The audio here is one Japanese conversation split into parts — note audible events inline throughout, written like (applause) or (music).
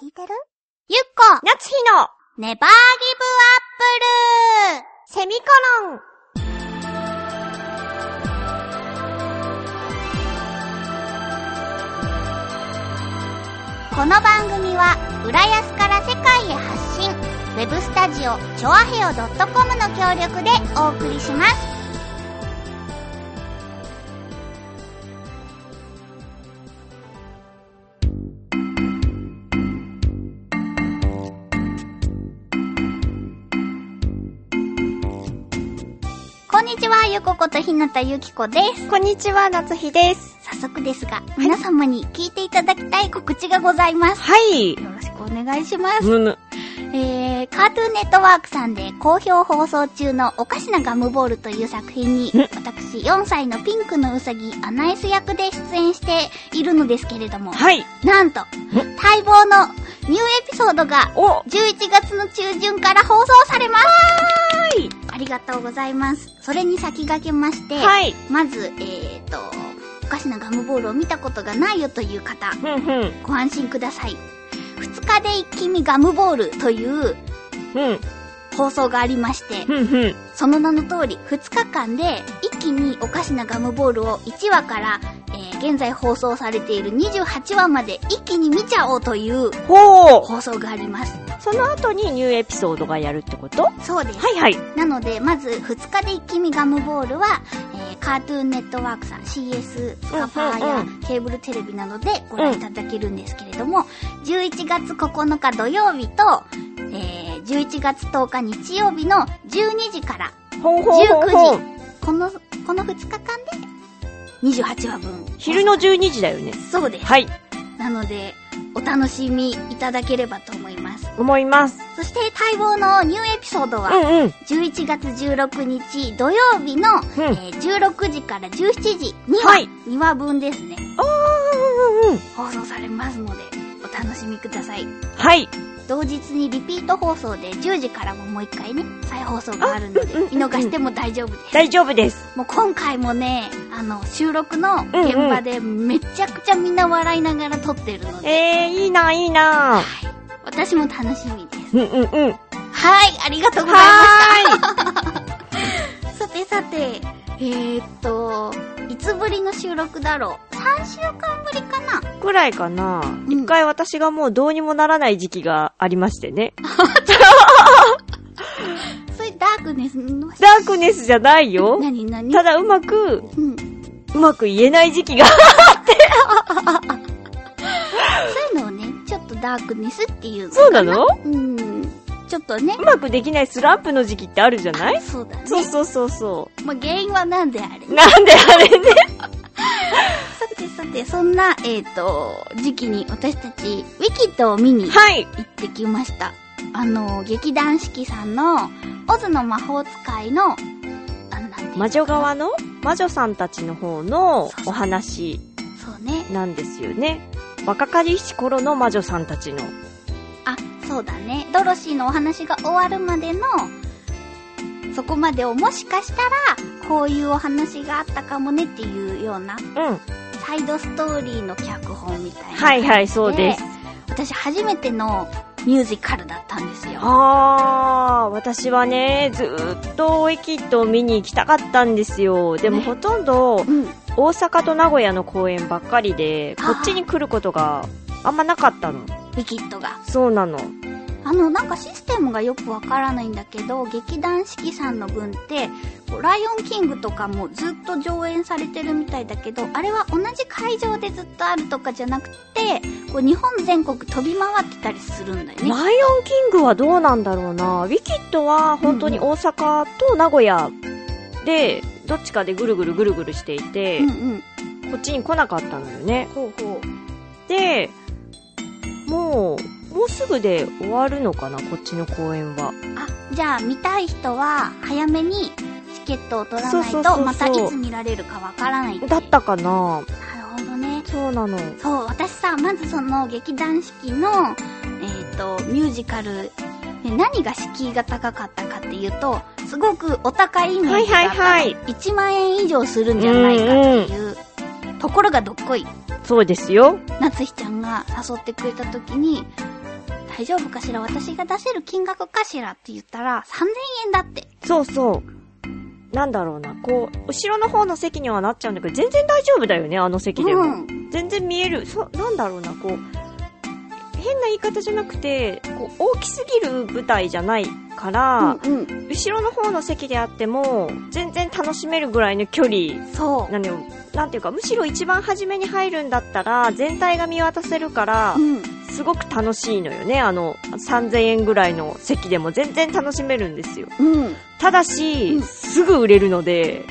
聞いてるゆっこ夏日のネバーギブアップルセミコロンこの番組は浦安から世界へ発信ウェブスタジオチョアヘオ .com の協力でお送りしますこんにちはゆこことひなたゆきこですこんにちは、夏日です。早速ですが、皆様に聞いていただきたい告知がございます。はい。よろしくお願いします。むぬ。えー、カートゥーンネットワークさんで好評放送中のおかしなガムボールという作品にん、私4歳のピンクのうさぎアナイス役で出演しているのですけれども、はい。なんと、待望のニューエピソードがお11月の中旬から放送されますーいありがとうございます。それに先駆けまして、はい。まず、えーと、おかしなガムボールを見たことがないよという方、ふんふん。ご安心ください。2日で一気にガムボールといううん。放送がありまして、ふんふん。その名の通り2日間で一気におかしなガムボールを1話から、えー現在放送されている28話まで一気に見ちゃおうというほう。放送があります。その後にニューエピソードがやるってことはそうです。いはい。なので、まず2日で一気見ガムボールは、えーカートゥーンネットワークさん、CS、スカパーうんうんうやケーブルテレビなどでご覧いただけるんですけれども、11月9日土曜日と、えー11月10日日曜日の12時からほうほうほうほ19う。時、この、この2日間で28話分。昼の12時だよね。そうです。はい。なので、お楽しみいただければと思います。思います。そして、待望のニューエピソードは、うんうん。 11月16日土曜日の、えー16時から17時には、はい2話分ですね、うんうん。放送されますので、お楽しみください。はい。同日にリピート放送で10時からももう一回ね、再放送があるのであうんう見ん、逃しても大丈夫です。大丈夫です。もう今回もね、あの、収録の現場でめちゃくちゃみんな笑いながら撮ってるので、えー、いいな、いいな。私も楽しみです。うんうんうん。ははい、ありがとうございました。ーい。さてさて、えー、っと、いつぶりの収録だろう ?3 週間ぶりかなくらいかな。うん一回私がもうどうにもならない時期がありましてね。それダークネスのダークネスじゃないよ。なになにただうまく、うん。そううまく言えない時期が。いうのをね、ちょっとダークネスっていうのそうかなのうん。ちょっとねう。まくできないスランプの時期ってあるじゃないそうだね。そうそうそうそまあ、原因はなんであれう。なんであれね。さてさて、そんな、えー、っと、時期に私たち、ウィキッドを見に行はい。ってきました。あの、劇団四季さんの、オズの魔法使いの、あなんていうの魔女側の魔女さんたちの方のお話そうね。なんですよね。若かりし頃の魔女さんたちの。あ、そうだね。ドロシーのお話が終わるまでの、そこまでをもしかしたら、こういうお話があったかもねっていうような、うん。サイドストーリーの脚本みたいな。はいはい、そうです。。私初めてのミュージカルだったんですよ。あー、私はね、ずーっとエキッドを見に行きたかったんですよ。でもねほとんどうん。大阪と名古屋の公演ばっかりで、あこーっちに来ることがあんまなかったの。ウィキッドが。そうなの。あの、なんかシステムがよくわからないんだけど、劇団四季さんの分って、こうライオンキングとかもずっと上演されてるみたいだけど、あれは同じ会場でずっとあるとかじゃなくて、こう日本全国飛び回ってたりするんだよね。ライオンキングはどうなんだろうな。ウィキッドは本当に大阪と名古屋で、どっちかでぐるぐるぐるぐるしていて、うんうん。こっちに来なかったのよね。ほうほで、もう、もうすぐで終わるのかな、こっちの公演は。う。あ、じゃあ見たい人は早めにチケットを取らないそうそうそうと、そうまたいつ見られるかわからないていうだったかななるほどね。そうなの。そう、私さ、まずその劇団四季の、えっ、と、ミュージカル、ね何が敷居が高かったかっていうと、すごくお高いイメージがあったの、はいはいは1万円以上するんじゃないかっていう、ところがどっこい。そうですよ。夏日ちゃんが誘ってくれた時に、大丈夫かしら私が出せる金額かしらって言ったら、3000円だって。そうそう。なんだろうな、こう、後ろの方の席にはなっちゃうんだけど、全然大丈夫だよね、あの席でも。うん。全然見える。そ、なんだろうな、こう、変な言い方じゃなくて、こう、大きすぎる舞台じゃないから、うんうん。後ろの方の席であっても、全然楽しめるぐらいの距離、そなのよ。なんていうか、むしろ一番初めに入るんだったら、全体が見渡せるからう。う、ん。すごく楽しいのよね。あの、3000円ぐらいの席でも全然楽しめるんですよ。うん。ただし、うんすぐ売れるので、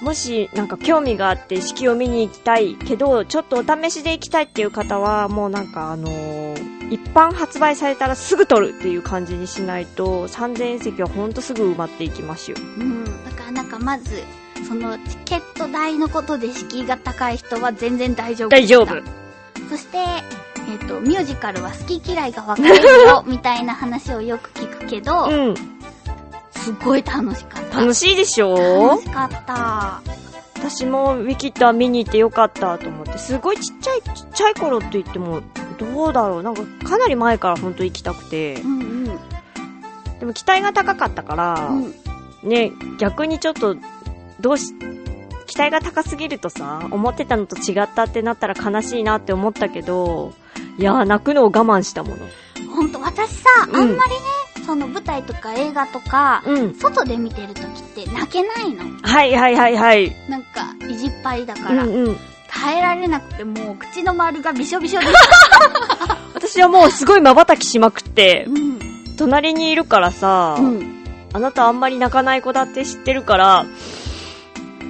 そもしなんか興味があって式を見に行きたいけど、ちょっとお試しで行きたいっていう方は、もうなんかあのー一般発売されたらすぐ取るっていう感じにしないと、3000円席はほんとすぐ埋まっていきますよ。う。うん。だからなんかまず、そのチケット代のことで敷居が高い人は全然大丈夫。大丈夫。そして、えっ、と、ミュージカルは好き嫌いが分かれるよ、みたいな話をよく聞くけど、うん。すごい楽しかった。楽しいでしょ楽しかった。私もウィキッドは見に行ってよかったと思って、すごいちっちゃい、ちっちゃい頃って言っても、どうだろう。なんかかなり前からほんと行きたくてう、んうん。でも期待が高かったから、うん。ね、逆にちょっと、どうし、期待が高すぎるとさ、思ってたのと違ったってなったら悲しいなって思ったけど、いやー、泣くのを我慢したもの。ほんと、私さ、あんまりね、その舞台とか映画とか、うん。外で見てるときって泣けないの。はいはいはいはい。なんか、意地っぱいだかうら、んうん。耐えられなくて、もう口の丸がびしょびしょで。私はもうすごい瞬きしまくってう、ん。隣にいるからさ、うん。あなたあんまり泣かない子だって知ってるから、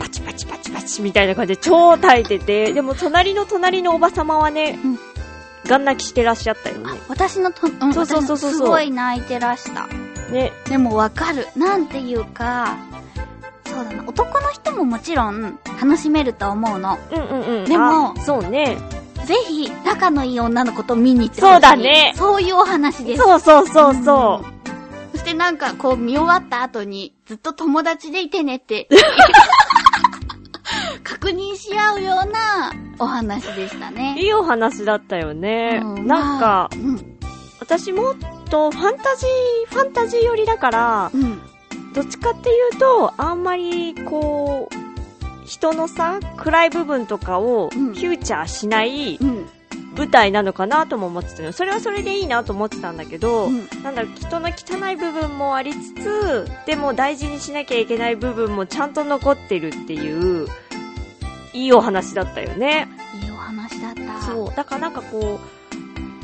パチパチパチパチみたいな感じで超耐えてて、でも隣の隣のおば様はね、うんガン泣きしてらっしゃったよあね。私のと、うん、そうそうそうそう私のすごい泣いてらした。ね、でもわかる。なんていうか、そうだな。男の人ももちろん楽しめると思うの。うんうんうん。でもあそうね。ぜひ、仲のいい女の子と見に行ってほしい。そうだねそういうお話です。そうそうそううそん。そしてなんかこう見終わった後に、ずっと友達でいてねっ (laughs) て。確認し合うようなお話でしたう。ね。いいお話だったよね。うんなんか、、まあうん、私もっとファンタジー、ファンタジー寄りだから、うん、どっちかっていうと、あんまり、こう、人のさ、暗い部分とかをフうんューチャーしないうん、舞台なのかなとも思ってたのよ。それはそれでいいなと思ってたんだけど、うん、なんだろう、人の汚い部分もありつつ、でも大事にしなきゃいけない部分もちゃんと残ってるっていう、いいお話だったよね。いいお話だった。そう。だからなんかこう、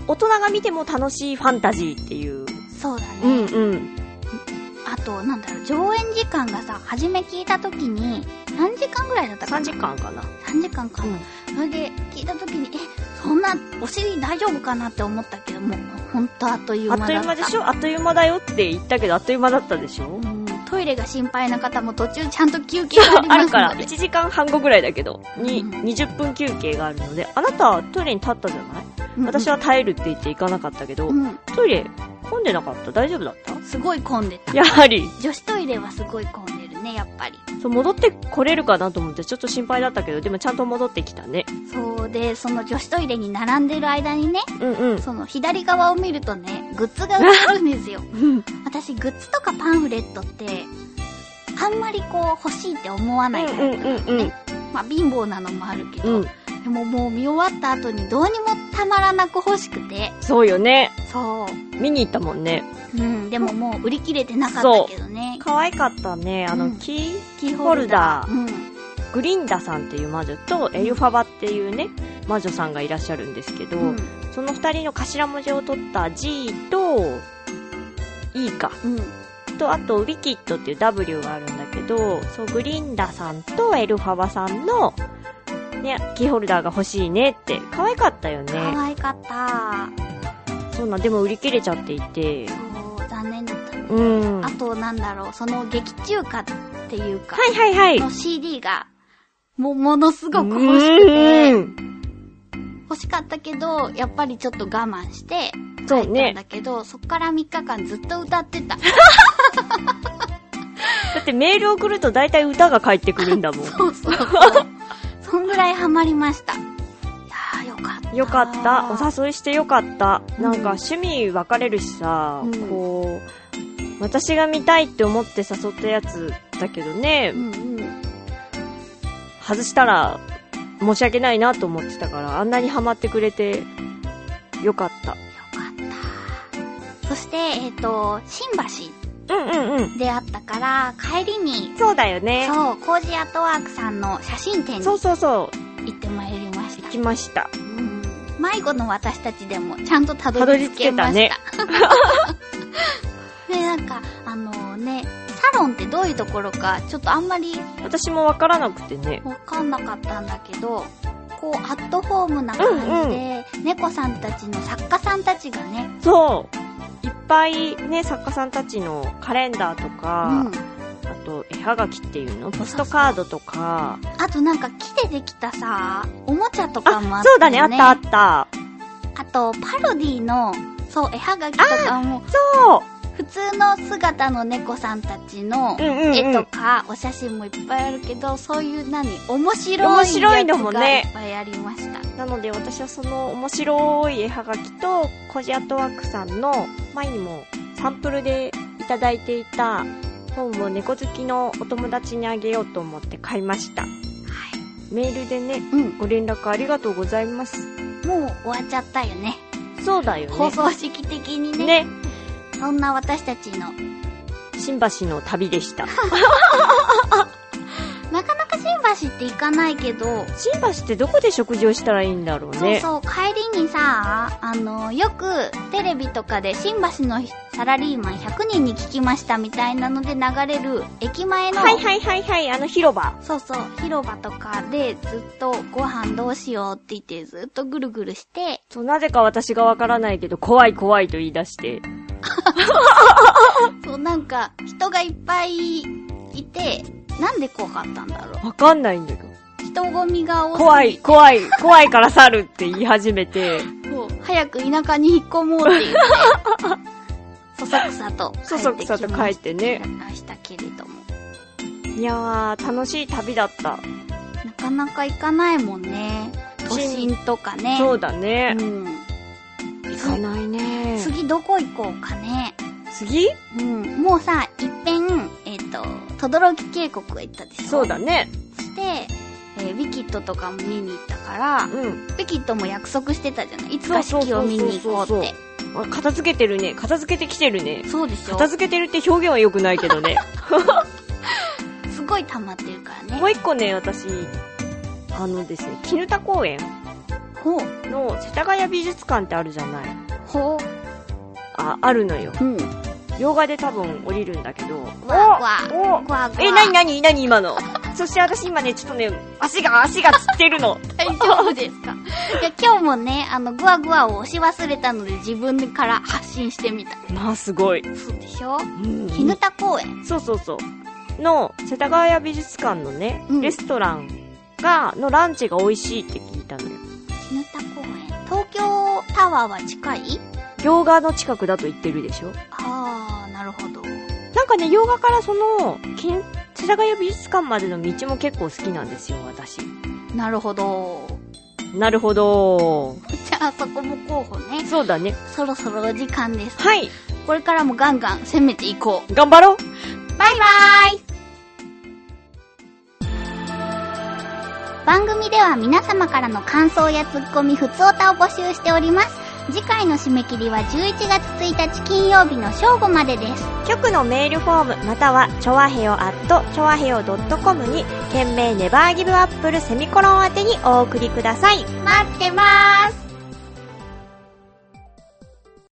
大人が見ても楽しいファンタジーっていう。そうだね。うんうん。あと、なんだろう、上演時間がさ、初め聞いた時に、3時間ぐらいだったか3な時間かな。 3時間かな、それで聞いた時に、え、そんな、お尻大丈夫かなって思ったけども、ほんとあっというあ間だっっとた。いう間でしょあっという間だよって言ったけど、あっという間だったでしょうんトイレが心配な方も途中ちゃんと休憩がありあまるすから、ので1。時間半後ぐらいだけど、に、うん20分休憩があるので、あなたはトイレに立ったじゃないうん私、は耐えるって言って行かなかったけどう、ん、トイレ混んでなかった大丈夫だったすごい混んでた。 (laughs) やはり、女子トイレはすごい混んでるね、やっぱり。そう戻ってこれるかなと思ってちょっと心配だったけど、でもちゃんと戻ってきたね。そうで、その女子トイレに並んでる間にね、うんうん。その左側を見るとね、グッズが売ってるんですよ。私、グッズとかパンフレットって、あんまりこう欲しいって思わうんないタイうプんうんうん。まあ貧乏なのもあるけうど、ん。でももう見終わった後にどうにもたまらなく欲しくて、そうよね。そ見に行ったもんね。う。うん、でももう売り切れてなかったけどね。可愛かったね。あうの、んキー、キーホルダーうん。グリンダさんっていう魔女と、エルファバっていうね、魔女さんがいらっしゃるんですけど、うん。その二人の頭文字を取った G と、E か。うん。と、あと、ウィキッドっていう W があるんだけど、そう、グリンダさんとエルファバさんの、ね、キーホルダーが欲しいねって、可愛かったよね。可愛かった。そんなん、でも売り切れちゃっていて、そう、残念だったね。うん。はあと、なんだろう、その劇中歌っていうか、いはいはい。の CD が、もう、ものすごく欲しくて、うん。欲しかったけど、やっぱりちょっと我慢して、そう帰ったねんだけど、そっから3日間ずっと歌ってた。だってメール送ると大体歌が (laughs) 返ってくるんだもん。そうそう。そんぐらいハマりました。いやー、よかった。よかった。あおー誘いしてよかった。うんなんか趣味分かれるしさ、うんこう、私が見たいって思って誘ったやつだけどねう、んうん。外したら申し訳ないなと思ってたから、あんなにハマってくれてよかっよかた。った。そして、えっ、と、新うんうんうん。橋であったから、帰りに、そうだよね。そう、コージーアットワークさんの写真展にそう行そうそう。ってまいりました。行きました。うん迷子の私たちでもちゃんとたたどどりり着着けけまたしねた。。 (laughs) で、なんか、あのね、サロンってどういうところか、ちょっとあんまり私も分からなくてね。わかんなかったんだけど、こう、アットホームな感じで、猫さんたちの作家さんたちがね、そう。いっぱいね、作家さんたちのカレンダーとうか、ん。あと絵はがきっていうのポストカードとか、あとなんか木でできたさ、おもちゃとかもああっ、て、ね。そうだね、あったあった。あと、パロディの、そう、絵はがきとかも、そ普通の姿の猫さんたちのう。、うんうん、絵うとん。かお写真もいっぱいあるけど、そういう何面白い面白いのもやねつがいっぱいありました。なので私はその面白い絵はがきと、コジアットワークさんの前にもサンプルでいただいていた本を猫好きのお友達にあげようと思って買いました。メールでね、うん。ご連絡ありがとうございます。もう終わっちゃったよね。そうだよ放送式的にね。ね。そんな私たちの、新橋の旅でした。なかなか新橋って行かないけど、新橋ってどこで食事をしたらいいんだろうそうね。そう、帰りにさ、あの、よくテレビとかで新橋のサラリーマン100人に聞きましたみたいなので流れる駅前の、はいはいはいはい、あの広場。そうそう、広場とかでずっとご飯どうしようって言ってずっとぐるぐるして、そう、なぜか私がわからないけど、怖い怖いと言い出して。そう、なんか、人がいっぱいいて、なんで怖かったんだろわかんないんだけど。う。人混みが多すぎ怖い、怖い、怖いから去るって言い始めて。そう早く田舎に引っ込もうっていうね。そそくさと帰ってきました。 (laughs) そそくさと帰ってね。ましたけれども。いやー、楽しい旅だった。なかなか行かないもんね。都心とかね。そうだね。うん。行かないね。次どこ行こうかね。次うん。もうさ、いっぺん、えっ、と、とどろき渓谷へ行ったでしょ。そう。だね。して、えーウィキッドとかも見に行ったから、うん。ウィキッドも約束してたじゃないいつか式を見に行こうって。あ片付けてるね。片付けてきてるね。そうでしょ片付けてるって表現は良くないけど (laughs) ね。すごい溜まってるからね。もう一個ね、私、あのですね、絹田公園ほう。の世田谷美術館ってあるじゃない。ほあ、あるのよ。う。うん。洋画で多分降りるんだけど。わわおおごわごわ。え、なになになに今のそして私今ね、ちょっとね、足が、足がつってるの。大丈夫ですかいや、今日もね、あの、ぐわぐわを押し忘れたので自分から発信してみた。まあすごい。そうでしょうん絹田公園。そうそうそう。の、世田谷美術館のね、うんレストランが、のランチが美味しいって聞いたのよ。絹田公園。東京タワーは近い洋画の近くだと言ってるでしょあー、なるほど。なんかね、洋画からその、近世田谷美術館までの道も結構好きなんですよ、私。なるほど。なるほど。じゃあ、そこも候補ね。そうだね。そろそろお時間です。はい、これからもガンガン攻めていこう。頑張ろうバイバーイ番組では皆様からの感想やツッコミ、ふつおたを募集しております。次回の締め切りは11月1日金曜日の正午までです。局のメールフォームまたはチョアヘオアットチョアヘオ .com に件名ネバーギブアップルセミコロン宛てにお送りください待ってまーす